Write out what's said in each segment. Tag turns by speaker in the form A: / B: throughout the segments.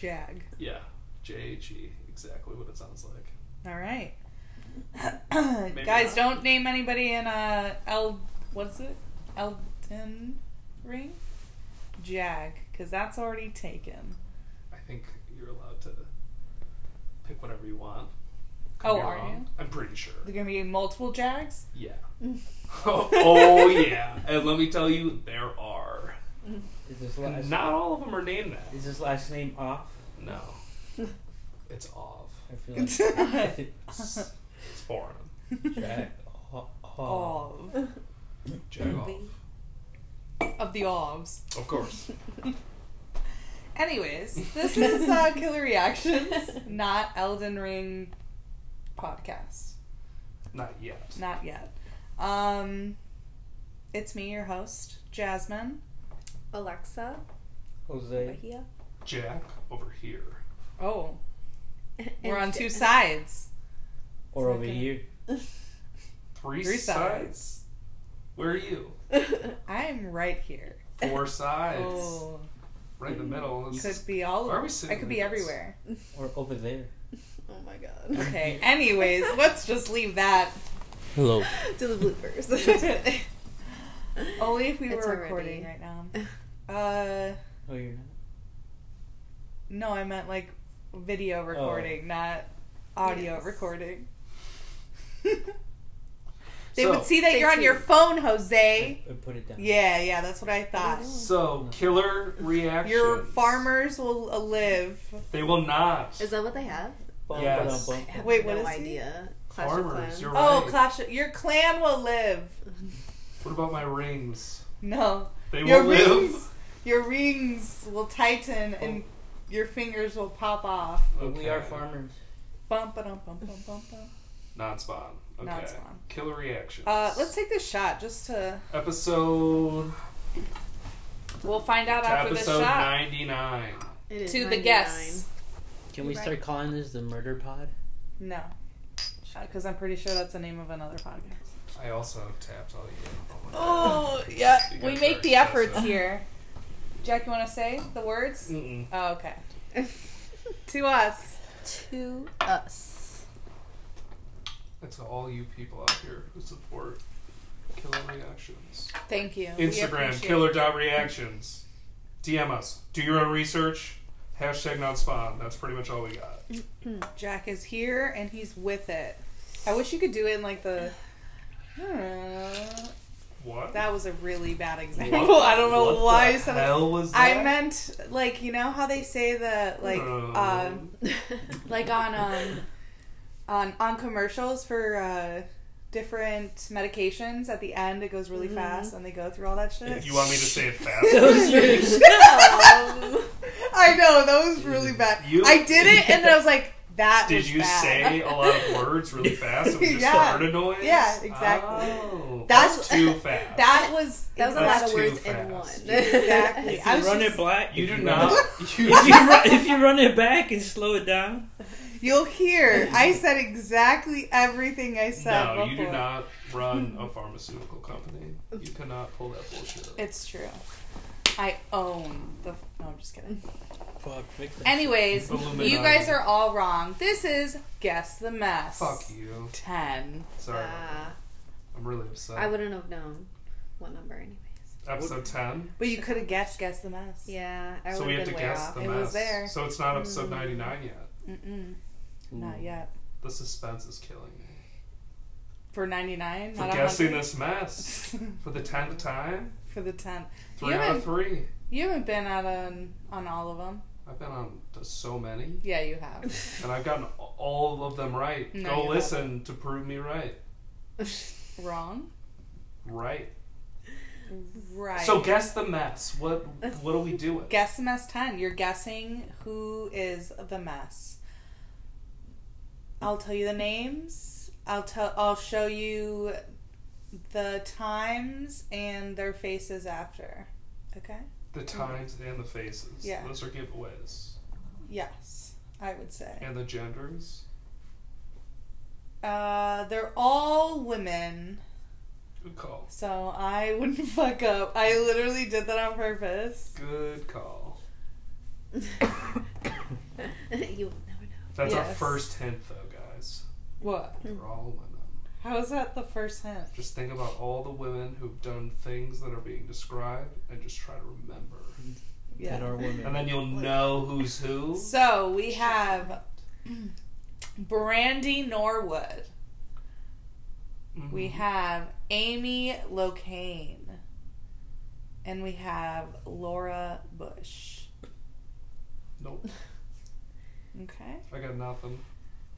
A: Jag.
B: Yeah, J H E, exactly what it sounds like.
A: All right. Guys,
B: not.
A: don't name anybody in a El. What's it? Elden Ring. Jag, because that's already taken.
B: I think you're allowed to pick whatever you want.
A: Oh,
B: be
A: are
B: wrong.
A: you?
B: I'm pretty sure.
A: There gonna be multiple Jags.
B: Yeah. oh, oh, yeah, and let me tell you, there are.
C: Is his last
B: Not all of them are named that.
C: is his last name off?
B: No, it's Ov.
C: I feel like
B: It's, it's foreign.
C: Jack.
A: Oh.
C: Oh. Ho- Ho-
A: Of
B: Jagoff.
A: of the Ovs.
B: Of course.
A: Anyways, this is uh, Killer Reactions, not Elden Ring podcast.
B: Not yet.
A: Not yet. Um, it's me, your host, Jasmine.
D: Alexa, over
C: Jose.
D: here.
B: Jack over here.
A: Oh, we're
D: And
A: on
D: Ja-
A: two sides.
C: Or
D: It's
C: over
D: not
C: here.
B: Three,
A: Three
B: sides. Where are you?
D: Oh
A: I'm right here.
B: Four sides.
A: Oh,
B: Right in the middle. This
A: could
B: is-
A: be all.
B: Why are
A: I
B: we sitting
A: could
B: in
A: be
B: this?
A: everywhere.
C: Or over there.
D: oh my god.
A: Okay. Anyways, let's just leave that.
C: Hello.
D: to the bloopers.
A: Only if we
D: It's
A: were
D: already-
A: recording right now. Uh,
C: Oh, you're not.
A: no, I meant like
B: Oh.
A: video recording, not audio
D: Yes.
A: recording. they would
B: So-
A: see that
D: Stay
A: you're on your
D: tuned.
A: phone, Jose.
C: I, I put it down.
A: Yeah, yeah, that's what I thought.
B: So killer reaction.
A: Your farmers will uh, live.
B: They will not.
D: Is that what they have?
C: Bum,
B: Yes.
C: ba-dum,
D: I
C: bum.
D: have
A: Wait,
D: no
A: what is he?
D: idea. Clash of
B: Farmers,
D: Clans.
B: you're
A: Oh,
B: Right.
A: Clash! Your clan will live.
B: What about my rings?
A: No,
B: They
A: your
B: will live.
A: rings, your rings will tighten and your fingers will pop off.
C: But We are
B: Okay.
C: farmers.
A: Bum ba dum bum bum bum bum.
B: Non-spawn. Okay.
A: Non-spawn.
B: Killer reaction.
A: Uh, let's take this shot just to.
B: episode
A: We'll find out
B: to
A: after this
B: episode
A: shot.
B: 99.
D: It is
A: To the
D: 99.
A: guests.
C: Can we
D: Right.
C: start calling this the murder pod?
A: No, because I'm pretty sure that's the name of another podcast.
B: I also tapped all you.
A: Oh yeah,
B: You
A: we
B: got
A: make
B: first,
A: the
B: that's
A: efforts
B: it.
A: here. Jack, you want to say the words?
B: Mm-mm.
A: Oh, okay. To us.
D: To us.
B: And to all you people out here who support Killer Reactions.
A: Thank you. We
B: Instagram,
A: appreciate
B: killer dot reactions. DM us. Do your own research. Hashtag not spawn. That's pretty much all we got.
A: it. Jack is here and he's with it. I wish you could do it in like the.
B: What?
A: That was a really bad example. I don't know
B: what
A: why I
B: the
A: said that.
B: hell was that?
A: I meant like you know how they say the like
B: Oh.
A: um like on um on on commercials for uh different medications at the end it goes really
D: Mm-hmm.
A: fast and they go through all that shit.
B: You want me to say it fast?
A: I know that was really bad.
B: You-
A: I did it and then I was like that
B: Did
A: was
B: you
A: bad.
B: say a lot of words really fast and we just
A: Yeah.
B: heard a noise?
A: Yeah, exactly.
B: Oh,
A: That's-
B: that's too fast.
A: that was
D: That was a
B: That's
D: lot of
B: too
D: words
B: fast.
D: in one.
A: Exactly.
C: If
A: I
C: you
A: was
C: run
A: just-
C: it black,
B: you
C: if
B: do
C: run
B: not.
C: it-
B: You,
C: If you, run, if you run it back and slow it down,
A: You'll hear. I said exactly everything I said.
B: Mm-hmm. no, you do
A: before.
B: not run a pharmaceutical company. You cannot pull that bullshit. up.
A: It's true. I own the. No, I'm just kidding.
C: fuck, fix that.
A: Anyways,
B: Illuminati.
A: you guys are all wrong. This is Guess the Mess.
B: Fuck you.
A: Ten.
B: Sorry,
D: Ah,
B: I'm really upset.
D: I wouldn't have known what number anyways.
B: episode ten.
A: But you could have guessed Guess the Mess.
D: Yeah, I
B: So
D: would
B: we
D: have
B: have to
D: been way
B: guess
D: off.
B: the
A: It
B: mess.
A: was there. Hmm.
B: So it's not episode 99 yet.
A: Mm-mm. Not yet.
B: The suspense is killing me.
A: For 99?
B: For
A: not
B: guessing
A: 100?
B: this mess for the tenth time,
A: For the 10.
B: three
A: You
B: out
A: haven't,
B: of three.
A: you haven't been out on, on all of them.
B: I've been on to so many,
A: Yeah, you have.
B: and I've gotten all of them right.
A: No,
B: Go
A: you
B: listen to prove me right.
A: wrong?
B: Right.
A: Right.
B: So guess the mess. What what are we doing?
A: Guess the mess 10. You're guessing who is the mess. I'll tell you the names. I'll tell I'll show you the times and their faces after. Okay?
B: The times and the faces.
A: Yeah.
B: Those are giveaways.
A: Yes, I would say.
B: And the genders.
A: Uh they're all women.
B: Good call.
A: So I wouldn't fuck up. I literally did that on purpose.
B: Good call. That's our
A: Yes. Hmm.
B: first hint, though, guys.
A: What?
B: They're all women.
A: How is that the first hint?
B: Just think about all the women who've done things that are being described, and just try to remember.
C: That are women.
B: And then you'll know who's who.
A: So we have Brandy Norwood. We Mm-hmm.
B: Mhm.
A: have Amy Locane. And we have Laura Bush.
B: Nope.
A: Okay.
B: I got nothing.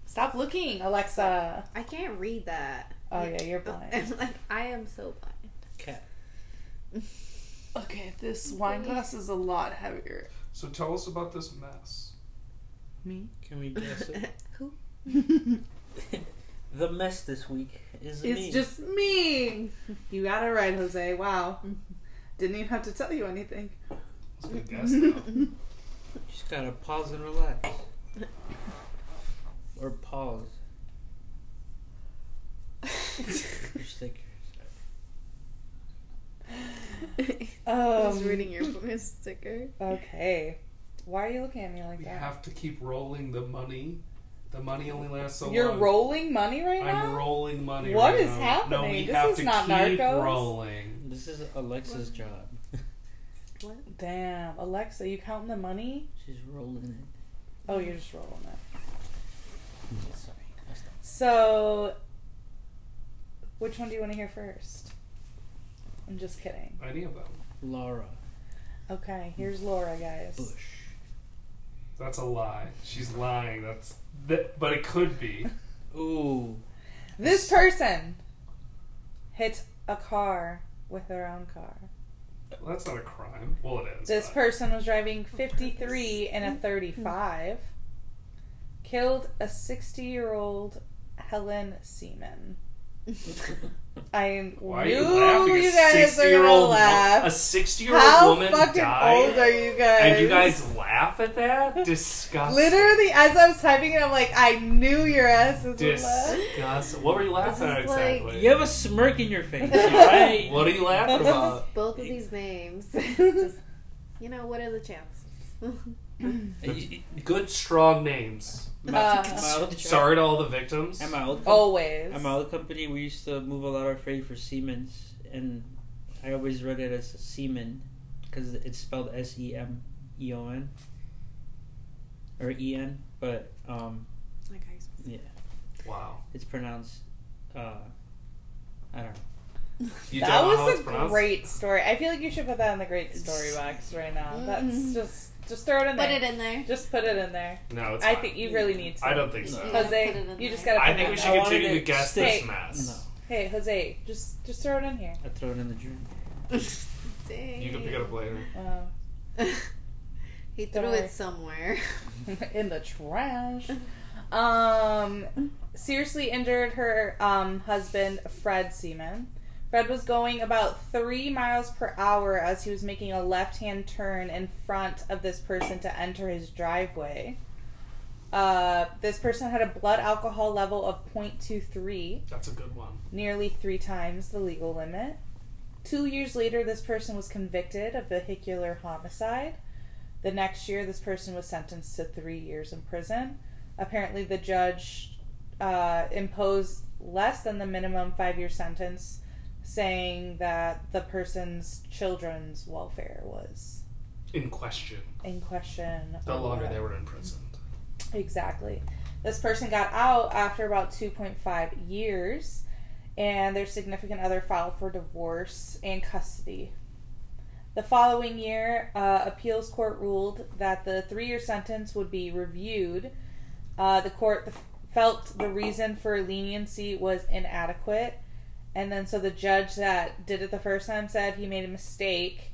A: Stop looking, Alexa.
D: I can't read that.
A: Oh, yeah, you're blind.
D: like I am so blind.
C: Cat.
A: Okay, this wine glass is a lot heavier.
B: So tell us about this mess.
A: Me?
C: Can we guess it?
D: Who?
C: the mess this week is
A: It's
C: me.
A: just me. You got it right, Jose. Wow. Didn't even have to tell you anything.
B: It's a good guess, though.
C: Just gotta pause and relax. or pause. Your stickers.
D: I was
A: Um,
D: reading your sticker.
A: Okay. Why are you looking at me like
B: we
A: that?
B: have to keep rolling the money. The money only lasts so
A: You're
B: long.
A: rolling money right now?
B: I'm rolling money.
A: What
B: What is
A: is happening?
B: No, we
A: This
B: have
A: is
B: to
A: not
B: keep
A: Narcos.
B: rolling.
C: This is Alexa's job.
D: What?
A: Damn. Alexa, you counting the money?
C: She's rolling it.
A: Oh,
B: Mm-hmm.
A: you're just rolling it.
C: Sorry.
A: So, which one do you want to hear first? I'm just kidding.
B: Any of them.
C: Laura
A: Okay, here's Laura, guys.
C: Bush.
B: That's a lie. She's lying. That's that, but it could be.
C: Ooh.
A: This person hit a car with their own car.
B: Well, That's not a crime. Well, it is.
A: This
B: but-
A: person was driving 53 and a 35, killed a 60 year old Helen Seaman. I
B: Why are
A: knew
B: you laughing?
A: you
B: a
A: guys are gonna
B: sixty-year-old wo- a
A: laugh.
B: sixty-year-old
A: How
B: woman
A: fucking
B: died,
A: old are you guys?
B: and you guys laugh at that? Disgusting.
A: Literally, as I was typing it, I'm like, I knew your ass was in love.
B: Disgusting. What were you laughing
D: This
B: at
D: is like-
B: exactly?
C: You have a smirk in your face, alright?
B: What are you laughing about?
D: Both of these names. Just, you know, what are the chances?
C: Uh,
B: Good, strong names.
C: Am I-
A: Uh, Oh,
C: am I old-
B: Sorry to all the victims.
C: Am I old?
A: Always.
C: At my old company, we used to move a lot of our freight for Siemens, and I always read it as Seaman because it's spelled S E M E O N or E N, but um,
D: Like I
C: yeah,
B: Wow.
C: it's pronounced. Uh, I don't know.
B: You
A: that
B: don't know how
A: was
B: it's
A: a
B: pronounced?
A: great story. I feel like you should put that in the great story box right now. That's
D: Mm.
A: just just throw it in
D: Put
A: there.
D: it in there.
A: Just put it in there.
B: No, it's
A: I
B: fine.
A: think you really need to.
B: I don't think so.
D: No. Put
A: Jose,
D: it in
A: you just
D: there.
A: gotta.
B: I
A: put
B: think we
A: that
B: should
C: I
A: out.
C: wanted
B: continue to
C: to
B: guess
C: stick-
B: this mess.
A: Hey, Jose, just just throw it in here.
C: I throw it in the drink.
D: Dang.
B: You can pick it up later.
A: Uh,
D: he
A: Don't
D: threw
A: worry.
D: it somewhere.
A: in the trash. Um, seriously injured her um, husband, Fred Seaman. Fred was going about three miles per hour as he was making a left hand turn in front of this person to enter his driveway. Uh, this person had a blood alcohol level of 0.23,
B: That's a good one.
A: nearly three times the legal limit. Two years later, this person was convicted of vehicular homicide. The next year, this person was sentenced to three years in prison. Apparently, the judge uh, imposed less than the minimum five year sentence, saying that the person's children's welfare was
B: In question,
A: in question.
B: the
C: Oh,
A: or
B: longer
A: whatever.
B: they were imprisoned.
A: Exactly. This person got out after about 2.5 years, and their significant other filed for divorce and custody. The following year, uh, appeals court ruled that the three year sentence would be reviewed. Uh, the court f- felt the reason for leniency was inadequate, and then so the judge that did it the first time said he made a mistake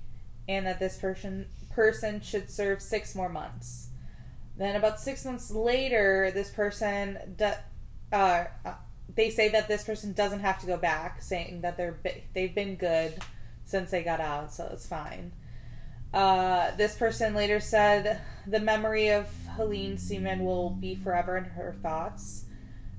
A: and that this person person should serve six more months. Then about six months later, this person, do, uh, uh, they say that this person doesn't have to go back, saying that they're bi- they've been good since they got out, so it's fine. Uh, this person later said the memory of Helene Seaman will be forever in her thoughts.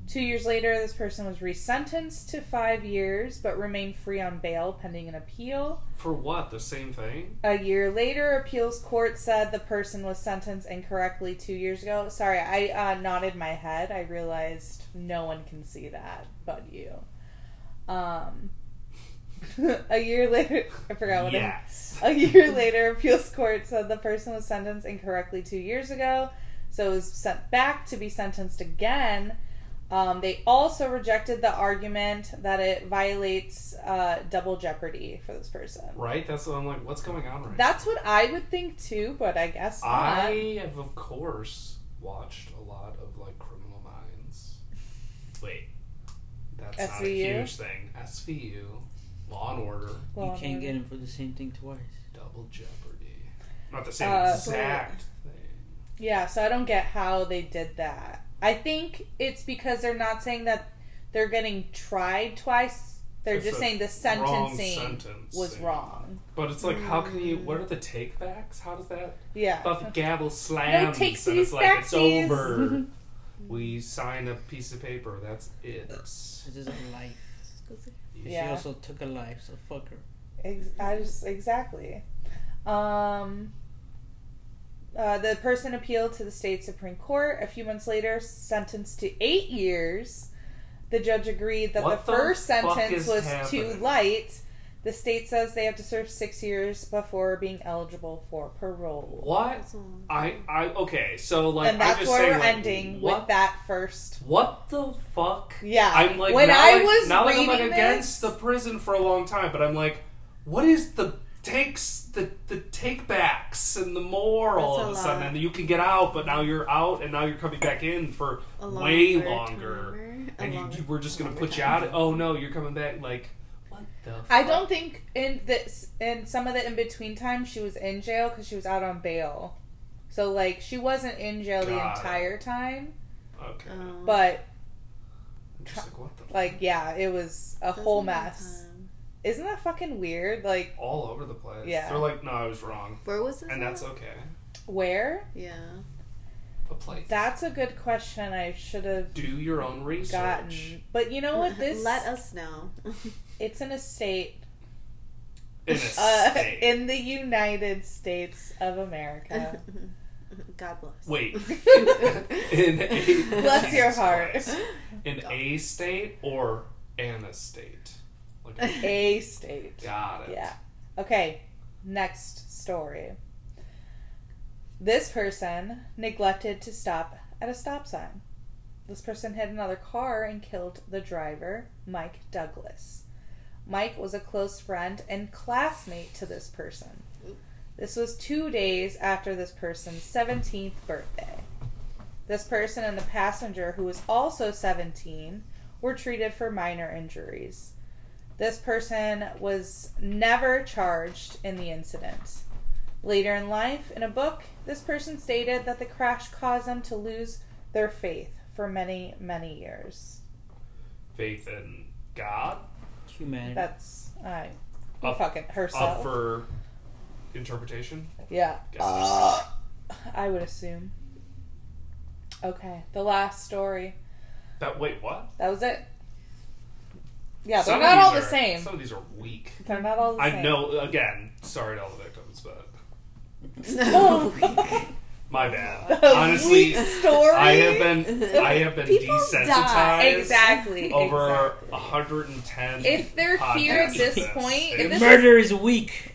A: Two years later, this person was resentenced to five years but remained free on bail pending an appeal.
B: For what? The same thing?
A: A year later, appeals court said the person was sentenced incorrectly two years ago. Sorry, I uh, nodded my head. I realized no one can see that but you. Um, a year later, I forgot what I
B: yes.
A: a year later, appeals court said the person was sentenced incorrectly two years ago, so it was sent back to be sentenced again. Um, they also rejected the argument that it violates uh, double jeopardy for this person.
B: Right? That's what I'm like, what's going on right
A: That's what I would think too, but I guess
B: now?
A: not. Uh,
B: I have, of course, watched a lot of, like, Criminal Minds. Wait. That's not a
A: SVU?
B: huge thing. SVU, Law and Order,
A: Well,
C: you can't get him for the same thing twice.
B: Double Jeopardy. Not the same
A: Uh,
B: exact thing.
A: Yeah, so I don't get how they did that. I think it's because they're not saying that they're getting tried twice. They're
B: It's
A: just
B: a
A: saying the
B: Wrong
A: sentencing
B: sentence.
A: was
B: thing.
A: wrong. Mm.
B: But it's like, how can you? What are the takebacks? How does that?
A: Yeah.
B: But the gavel slams,
A: takes
B: and it's
A: these
B: like it's
A: backsies.
B: over. we sign a piece of paper. That's it.
C: This is a life. She
A: Yeah.
C: also took a life, so fuck her.
A: Ex- I just exactly. Um, uh, the person appealed to the state supreme court. A few months later, sentenced to eight years. The judge agreed that
B: What
A: the
B: the
A: first
B: fuck
A: sentence
B: is
A: was too
B: happening?
A: light. The state says they have to serve six years before being eligible for parole.
B: What? I I okay. So like,
A: and
B: I
A: that's
B: just
A: where
B: say,
A: we're
B: like,
A: ending
B: what,
A: with that first.
B: What the fuck?
A: Yeah.
B: I'm like
A: when
B: now
A: I
B: like-
A: was
B: now like
A: reading
B: I'm like
A: this,
B: against the prison for a long time, but I'm like, what is the takes the the take backs and the more all of a
D: That's a
B: sudden
D: lot.
B: and you can get out, but now you're out and now you're coming back in for
D: A
B: way
D: longer
B: longer.
D: timer, a
B: And you,
D: longer-
B: you we're just
D: a
B: gonna
D: longer
B: put you
D: time.
B: out. Oh no, you're coming back. Like what the?
A: I
B: fuck?
A: don't think in this in some of the in between time she was in jail because she was out on bail, so like she wasn't in jail the
B: Got it.
A: entire time.
B: Okay.
D: Oh,
A: But
B: I'm just like what the? fuck?
A: uh, like yeah, it was a
D: that's
A: whole
D: a long
A: mess.
D: time.
A: Isn't that fucking weird? Like
B: all over the place.
A: Yeah.
B: They're like, no, I was wrong,
D: Where was this?
B: and that's
D: at?
B: okay.
A: where?
D: yeah.
B: A place.
A: That's a good question. I should have
B: do your own research.
A: gotten. But you know what? This
D: Let us know.
A: it's an estate
B: In a
A: uh,
B: state.
A: in the United States of America.
D: God bless.
B: Wait. in a,
D: Bless
A: your
B: Jesus
A: heart.
B: Christ. In a state or an estate? Like,
A: A state.
B: got it.
A: Yeah. Okay, next story. This person neglected to stop at a stop sign. This person hit another car and killed the driver, Mike Douglas. Mike was a close friend and classmate to this person. This was two days after this person's 17th birthday. This person and the passenger, who was also 17, were treated for minor injuries. This person was never charged in the incident. Later in life, in a book, this person stated that the crash caused them to lose their faith for many, many years.
B: Faith in God
C: Humanity.
A: That's I
B: Up-
A: fucking
B: up
A: herself.
B: for interpretation.
A: yeah,
B: Guess.
A: I would assume. Okay, the last story.
B: that wait, what?
A: That was it. Yeah,
B: Some
A: they're
B: of
A: not all
B: these
A: the
B: are-
A: same.
B: Some of these are weak.
A: They're not all the same.
B: I know. Again, sorry to all the victims, but
A: Oh,
B: my bad.
A: a
B: Honestly,
A: weak story.
B: I have been I have been
A: People die.
B: desensitized
A: exactly
B: over
A: exactly.
B: 110.
A: If they're here at
B: podcasts
A: this
B: of
A: point, if
B: It-
A: this
C: Murder is weak.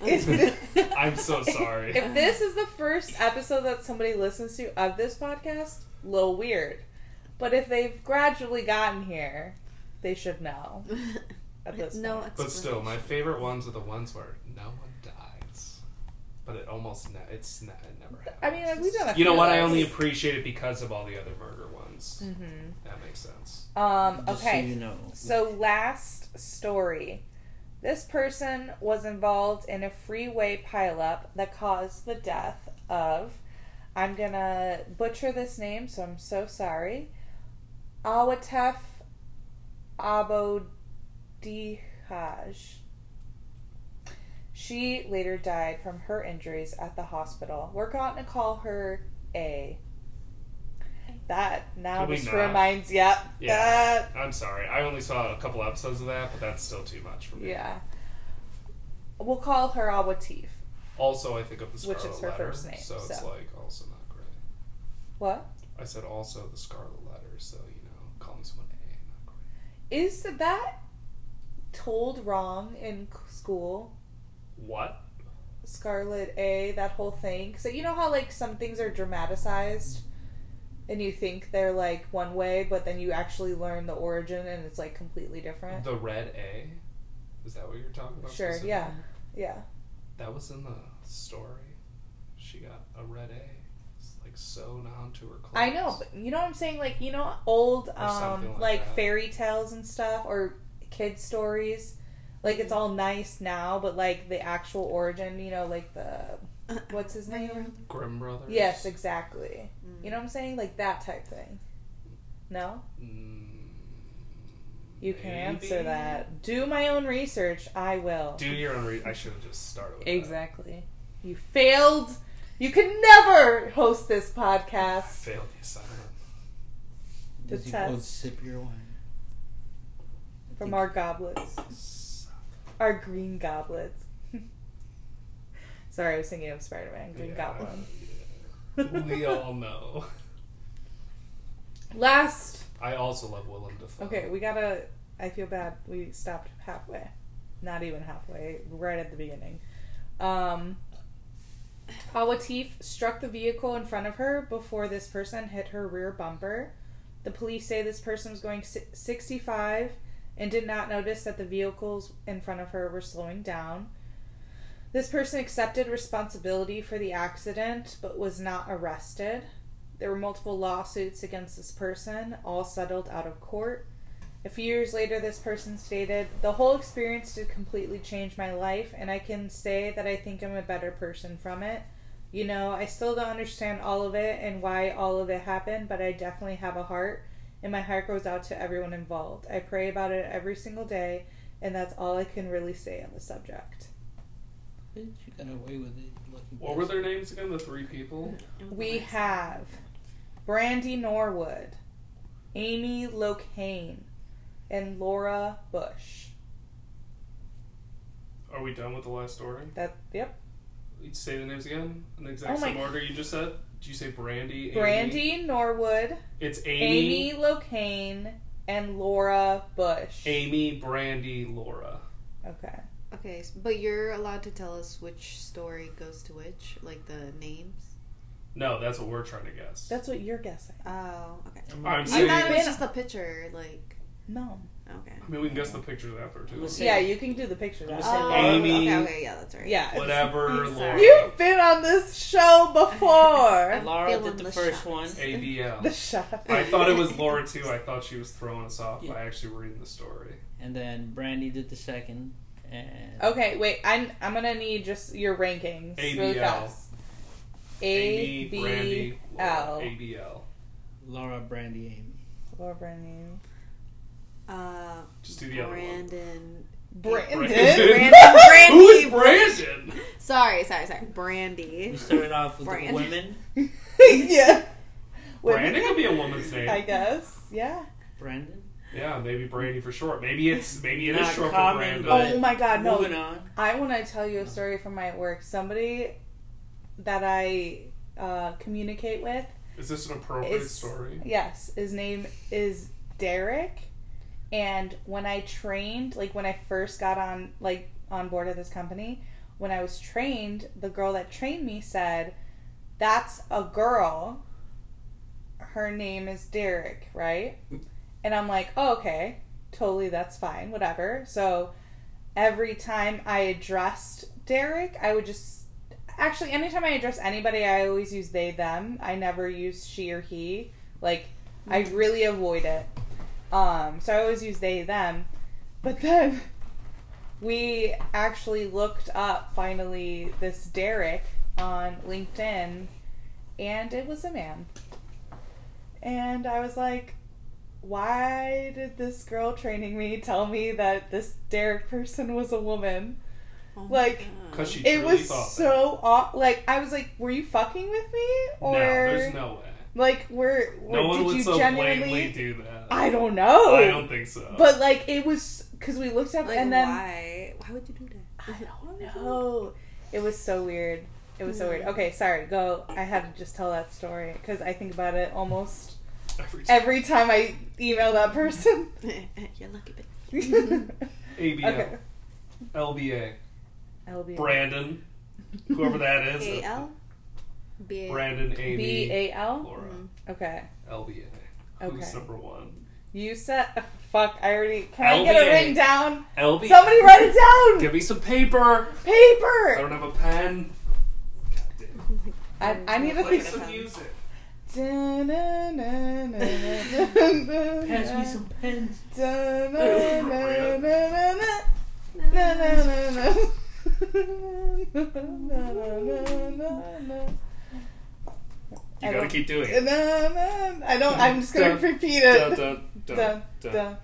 B: I'm so sorry.
A: If this is the first episode that somebody listens to of this podcast, little weird. But if they've gradually gotten here, they should know at this
D: no,
A: point.
B: But still, my favorite ones are the ones where no one dies, but it almost ne- it's ne- it never happens.
A: I mean, we've done a
B: you know
A: few
B: what?
A: of
B: I only
A: those.
B: appreciate it because of all the other murder ones.
A: Mhm.
B: That makes sense.
A: Um,
C: Just
A: okay.
C: So you know.
A: So, last story. This person was involved in a freeway pileup that caused the death of, I'm going to butcher this name, so I'm so sorry, Awatef Abodihaj. She later died from her injuries at the hospital. We're going to call her A. that now
B: Can we
A: just
B: not?
A: reminds. Yep.
B: Yeah.
A: That.
B: I'm sorry. I only saw a couple episodes of that, but that's still too much for me.
A: Yeah. We'll call her Awatif.
B: Also, I think of the
A: Which
B: Scarlet
A: is her
B: Letter,
A: first name,
B: so it's
A: so.
B: like also not great.
A: What
B: I said also the Scarlet Letter, so you know, calling someone A, not great.
A: is that told wrong in c- school?
B: What?
A: Scarlet A, that whole thing. So you know how like some things are dramatized, and you think they're like one way, but then you actually learn the origin, and it's like completely different.
B: The Red A? Is that what you're talking about?
A: Sure.
B: specifically?
A: Yeah. Yeah.
B: That was in the story. She got a red A. It's like sewn onto her clothes.
A: I know, but you know what I'm saying? Like, you know, old, um,
B: something
A: like,
B: like that.
A: fairy tales and stuff, or kid stories. Like, it's
B: Mm-hmm.
A: all nice now, but like the actual origin, you know, like the
D: Uh,
A: what's his name?
B: Grim Brothers?
A: Yes, exactly. You
D: Mm.
A: know what I'm saying? Like that type thing. No,
B: Mm,
A: you can answer
B: maybe?
A: that. Do my own research. I will.
B: Do your own re- I should have just started with that.
A: exactly. You failed. You can never host this
B: I
A: podcast.
B: failed the assignment.
A: The
C: Does you both
A: test.
C: sip your wine? I
A: from
C: think-
A: our goblets,
B: Suck.
A: our green goblets. Sorry, I was thinking of Spider Man, Green
B: Yeah,
A: Goblin.
B: yeah. we all know.
A: Last.
B: I also love Willem Dafoe.
A: Okay, we gotta. I feel bad. We stopped halfway. Not even halfway, right at the beginning. Um, Awatif struck the vehicle in front of her before this person hit her rear bumper. The police say this person was going si- 65 and did not notice that the vehicles in front of her were slowing down. This person accepted responsibility for the accident but was not arrested. There were multiple lawsuits against this person, all settled out of court. A few years later, this person stated, The whole experience did completely change my life, and I can say that I think I'm a better person from it. You know, I still don't understand all of it and why all of it happened, but I definitely have a heart, and my heart goes out to everyone involved. I pray about it every single day, and that's all I can really say on the subject.
C: Bitch, you got away with it. you lucky
B: What were
C: bastard.
B: their names again? The three people?
D: Mm.
A: We have Brandy Norwood, Amy Locane, and Laura Bush.
B: Are we done with the last story?
A: That yep.
B: You say the names again in the exact
A: Oh my
B: same order you just said? Did you say Brandy? Amy?
A: Brandy Norwood,
B: It's
A: Amy,
B: Amy.
A: Locane, and Laura Bush.
B: Amy, Brandy, Laura.
A: Okay.
D: Okay, s- but you're allowed to tell us which story goes to which, like the names.
B: No, that's what we're trying to guess.
A: That's what you're guessing.
D: Oh, okay.
C: I'm
B: I'm
C: gonna-
D: I
B: saying.
D: thought it
B: I
D: was just the picture, like
A: No.
D: okay.
B: mean, we can guess the pictures after too.
C: Listen.
A: Yeah, you can do the picture.
C: I'm
A: now.
C: saying-
D: Oh,
B: Amy-
D: Okay, okay, yeah, that's right.
A: Yeah. it's-
B: Whatever, Laura.
A: You've been on this show before.
C: Laura
D: Feeling
C: did the
D: the
C: first
D: shots.
C: one.
A: the
B: ABL.
A: shot.
B: I thought it was Laura too. I thought she was throwing us off
C: Yeah.
B: by actually reading the story.
C: And then Brandy did the second. And
A: Okay, wait. I'm I'm gonna need just your rankings really
B: ABL.
A: fast.
B: Amy,
A: A B
B: Brandy, Laura.
A: L.
B: ABL.
C: Laura, Brandy, Amy.
A: Laura Brandon.
D: Uh,
B: Just do the other one.
D: Brandon.
A: Brandon.
B: Brandon.
D: Brandon. Brandy.
B: Who is Brandon?
D: Sorry, sorry, sorry.
C: We
D: Brandy. Oh
C: started off with
D: Brandy.
C: the women.
A: yeah. Women,
B: Brandon could be a woman's
A: I
B: name.
A: guess. Yeah.
C: Brandon.
B: Yeah, maybe Brandy for short. Maybe it's maybe it is
C: Not
B: short for
C: common,
B: Brandon.
C: but-
A: Oh my god, no.
C: Moving on.
A: I want to tell you a story from my work. Somebody that I uh, communicate with,
B: Is this an appropriate
A: It's-
B: story?
C: Uh-huh.
A: yes, his name is Derek. And when I trained, like when I first got on, like on board of this company, when I was trained, the girl that trained me said, "That's a girl. Her name is Derek, right?" And I'm like, oh, "Okay, totally, that's fine, whatever." So every time I addressed Derek, I would just actually anytime I address anybody, I always use they them. I never use she or he. Like I really avoid it. Um, so I always use they them. But then we actually looked up finally this Derek on LinkedIn, and it was a man. And I was like, why did this girl training me tell me that this Derek person was a woman?
D: Oh my
A: Like,
D: God.
B: Because she
A: it
B: truly
A: was
B: thought
A: so off. Like I was like, "Were you fucking with me?"
B: that.
A: Or
B: no, there's no way.
A: Like, we're, we're
B: No one
A: did
B: would
A: you
B: so
A: genuinely?
B: blatantly do that.
A: I don't know.
B: I don't think so.
A: But like, it was because we looked up
D: Like
A: and then
D: why? Why would you do that?
A: I don't know. It was so weird. It was so weird.
D: Hmm.
A: Okay, sorry. Go. I had to just tell that story because I think about it almost
B: every time.
A: every time I email that person.
D: You're lucky, but
B: ABL,
A: okay.
B: LBA,
A: LB.
B: Brandon, whoever that is.
D: A L B A.
B: Brandon,
A: B
B: Amy,
A: A L.
B: Laura,
D: Mhm.
A: Okay.
B: LBA. Who's
A: Okay.
B: number one?
A: You said. Fuck. I already. Can I get it
B: LBA.
A: written down?
B: LBA.
A: Somebody write it down.
B: Give me some paper. I
A: Paper.
B: don't have a pen. Goddamn.
D: Mm-hmm.
A: I, I need to
B: Play
A: think.
D: Wait.
B: some music.
C: Pass me some pens.
B: You gotta keep doing it.
A: I don't. I'm just gonna
B: Dun,
A: repeat
B: Dun,
A: it.
B: dun, dun,
A: Dun,
B: dun,
A: dun,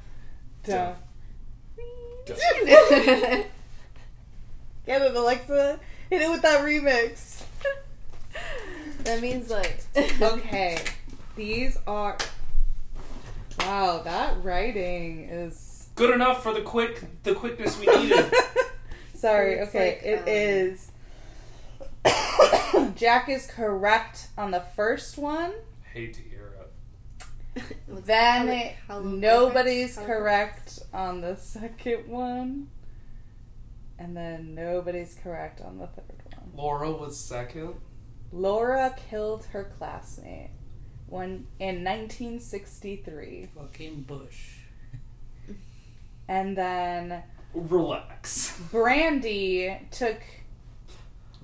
A: dun.
B: dun.
A: Get it, Alexa. Hit it with that remix.
D: that means like.
A: Okay, these are. Wow, that writing is.
B: Good enough for the quick, the quickness we needed.
A: Sorry,
D: It's
A: okay,
D: like,
A: it
D: um,
A: is. Jack is correct on the first one.
B: Hate to hear it.
A: Then
D: Like, how-
A: nobody's
D: how-
A: correct on the second one. And then nobody's correct on the third one.
B: Laura was second.
A: Laura killed her classmate one in 1963.
C: Fucking Bush.
A: And then
B: Relax.
A: Brandy took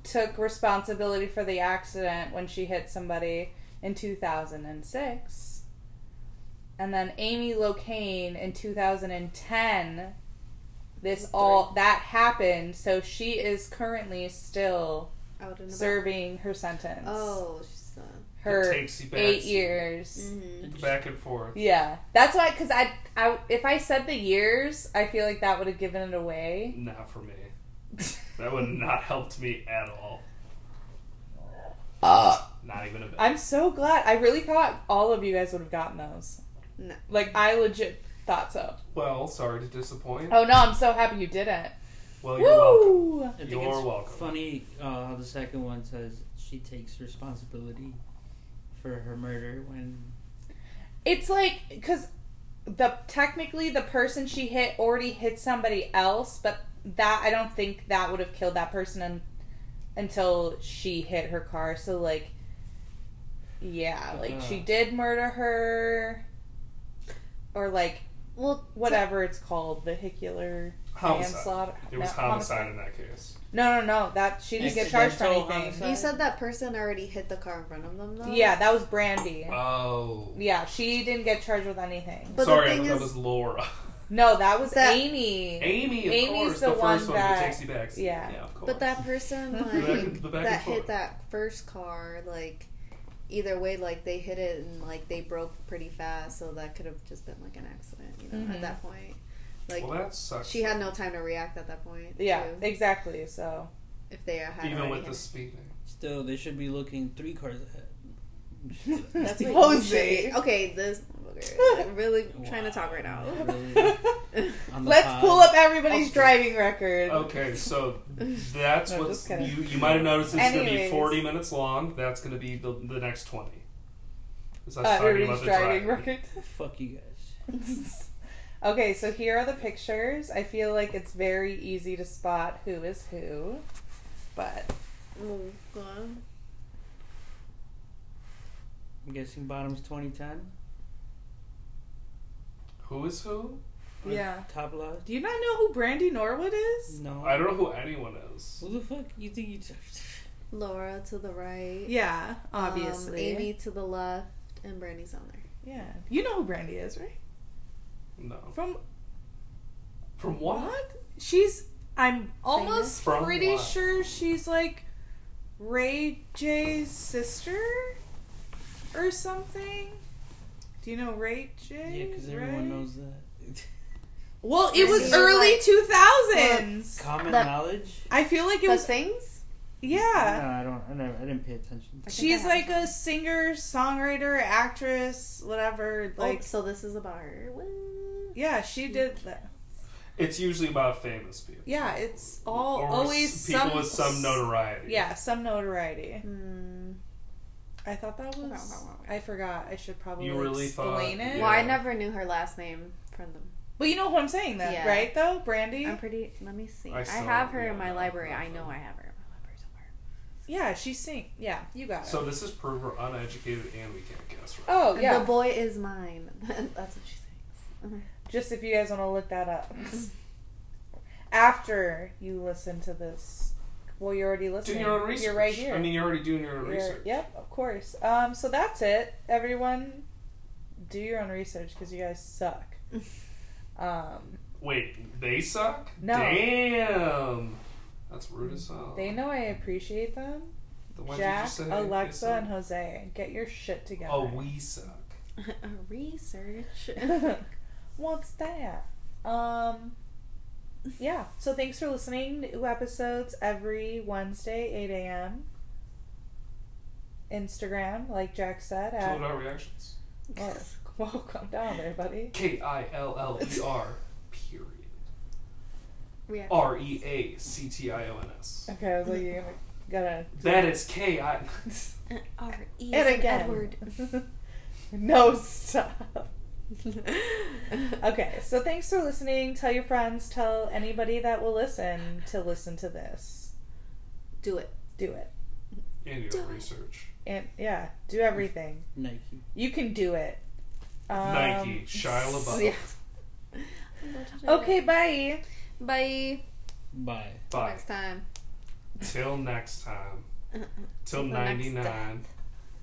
A: took responsibility for the accident when she hit somebody in 2006. And then Amy Locane in 2010 this all that happened so she is currently still
D: Out and about.
A: serving her sentence.
D: Oh, she's done.
A: her
B: It takes you back.
A: 8 years.
D: Mm-hmm.
B: The back and forth.
A: Yeah. That's why cuz I I if I said the years, I feel like that would have given it away.
B: Not for me. That would not helped me at all. Not even a bit.
A: I'm so glad. I really thought all of you guys would have gotten those.
D: No.
A: Like I legit thought so.
B: Well, sorry to disappoint.
A: Oh no, I'm so happy you didn't.
B: Well, Oh, you're welcome.
C: I think
B: You're
C: it's
B: welcome.
C: Funny uh, how the second one says she takes responsibility for her murder when
A: It's like because the technically the person she hit already hit somebody else, but that I don't think that would have killed that person un- until she hit her car. So like, yeah, like she
C: Uh-huh.
A: did murder her, or like
D: Well,
A: whatever it's called, vehicular
B: Homicide.
A: manslaughter.
B: It was
A: No,
B: homicide in that case.
A: No, no, no. That she didn't get charged for
C: Accidental
A: anything.
C: homicide.
D: You said that person already hit the car in front of them, though.
A: Yeah, that was Brandy.
B: Oh.
A: Yeah, she didn't get charged with anything.
D: But
B: sorry,
D: the
B: I thought
D: thing
B: that
D: is,
B: was Laura.
A: No, that was
D: That-
A: Amy.
B: Amy, of
A: Amy's
B: course,
A: the
B: the, first
A: one
B: one
A: that-
B: who takes you back.
A: yeah.
B: of course.
D: but that person
A: The back-
D: like
B: the back and
D: that
B: forth.
D: hit that first car, like either way, like they hit it and like they broke pretty fast, so that could have just been like an accident, you know,
A: Mhm.
D: at that point. Like
B: well, that sucks.
D: she had no time to react at that point.
A: Yeah,
D: too,
A: exactly. So
D: if they had
B: even
D: already
B: with
D: hit
B: the
D: it.
B: speeding.
C: still they should be looking three cars ahead.
D: That's what you should
A: Jose.
D: be- Okay, this motherfucker, like, really trying to talk right now.
C: Really, on the
A: Let's
C: pod.
A: pull up everybody's
B: Okay.
A: driving record.
B: Okay, so that's
A: No,
B: what's
A: just kidding.
B: you. You might have noticed it's going to be
A: Anyways.
B: forty minutes long. That's going to be the, the next twenty. Is that
A: Uh,
B: talking about
A: everybody's
B: the
A: driving
B: driving?
A: record.
C: Fuck you guys.
A: okay, so here are the pictures. I feel like it's very easy to spot who is who, but
D: Oh, God.
C: I'm guessing bottom's 2010.
B: Who is who?
C: or
A: yeah.
C: Top left.
A: Do you not know who Brandy Norwood is?
D: Mm.
C: No.
B: I don't know who anyone is.
C: Who the fuck you think you?
D: Laura to the right.
A: Yeah,
D: um,
A: obviously.
D: Amy to the left, and Brandy's on there.
A: Yeah, you know who Brandy is, right?
B: No.
A: From
B: From what?
A: She's. I'm almost
B: From
A: pretty
B: what?
A: sure she's like Ray J's sister or something. Do you know Ray
C: Yeah,
A: J?
C: because
A: Ray?
C: everyone knows that.
A: Well, it was
D: Is he
A: early
D: like-
A: two thousands.
C: Common
D: That-
C: knowledge.
A: I feel like it
D: The
A: was.
D: things?
A: Yeah.
C: No, I don't. I never. I didn't pay attention.
D: I think
A: She's
D: I
A: like
D: have.
A: a singer, songwriter, actress, whatever. Like,
D: Like, Oh, so this is about her. What?
A: yeah, she did that.
B: It's usually about famous people.
A: Yeah, it's all
B: Or
A: always
B: people
A: some
B: with some notoriety.
A: Yeah, some notoriety.
D: Hmm.
A: I thought that was. I forgot. I should probably
B: You really thought-
A: explain it.
D: Well, I
B: Yeah.
D: never knew her last name from the.
A: But you know what I'm saying, then,
D: Yeah.
A: right? Though Brandy.
D: I'm pretty. Let me see.
B: I
D: I,
B: saw
D: have
B: it,
D: her
B: yeah,
D: in my
B: no,
D: library.
B: no,
D: I
B: no.
D: know I have her in my library somewhere.
A: Yeah, she sing. Yeah, you got it.
B: So this is proof we're uneducated and we can't guess right.
A: oh yeah.
D: The boy is mine. That's what she sings.
A: Just if you guys want to look that up. After you listen to this, well, you're already
B: Do
A: listening.
B: your own research.
A: You're right here.
B: I mean, you're already doing your own
A: You're-
B: research.
A: Yep, of course. Um, so that's it, everyone. Do your own research because you guys suck. Um,
B: Wait, they suck?
A: No.
B: Damn. That's rude as hell.
A: they know I appreciate them.
B: Then why'd you
A: Jack,
B: just say they
A: Alexa,
B: suck?
A: and Jose, get your shit together.
B: Oh, we suck.
D: Research.
A: What's that? Um, yeah. So thanks for listening. New episodes every Wednesday, eight a.m. Instagram, like Jack said,
B: Two
A: at
B: our reactions.
A: Whoa, whoa, calm down there, buddy.
B: K I L L E R, period.
D: React.
B: R E A C T I O N S.
A: Okay, I was like, you're gonna gotta.
B: That is K I.
D: R E
A: And
D: is in
A: again.
D: Edward.
A: no stop. Okay, so thanks for listening. Tell your friends. Tell anybody that will listen to listen to this.
D: Do it.
A: Do it,
B: And
D: Do
B: your
D: it.
B: research.
A: and yeah, do everything.
C: Nike.
A: You can do it. Um,
B: Nike, Shia LaBeouf.
D: yeah.
A: Okay, bye.
D: Bye.
C: Bye.
D: Till
B: Bye.
D: Next time.
B: Till next time. Till
D: Uh-uh. Till the next
B: 99.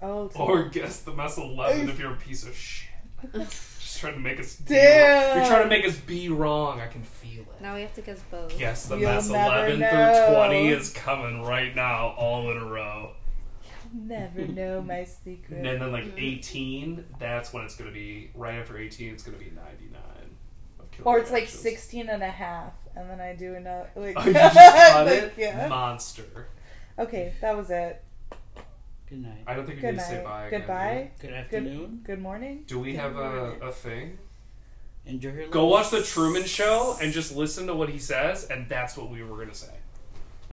A: Oh,
B: Or guess the mess 11 if you're a piece of shit. Just trying to make us. be-
A: Damn.
B: You're trying to make us be wrong. I can feel it.
D: Now we have to guess both.
B: Guess the
A: You'll
B: mess
A: never
B: 11
A: know.
B: through 20 is coming right now, all in a row.
A: never know my secret.
B: And then, then like 18, that's when it's going to be. Right after 18, it's going to be 99. of Kill
A: Or it's like
B: Reactions.
A: 16 and a half, and then I do another. Like,
B: Oh, you just cut
A: like,
B: it?
A: Yeah.
B: Monster.
A: Okay, that was it.
C: Good night.
B: I don't think we
A: Good
B: need to say
A: night.
B: bye again.
A: Goodbye.
C: Good
A: Good,
C: afternoon.
A: good morning.
B: Do we
C: Good
B: have a,
C: morning.
B: a thing?
C: Enjoy your
B: Go
C: life.
B: watch The Truman Show and just listen to what he says, and that's what we were going to say.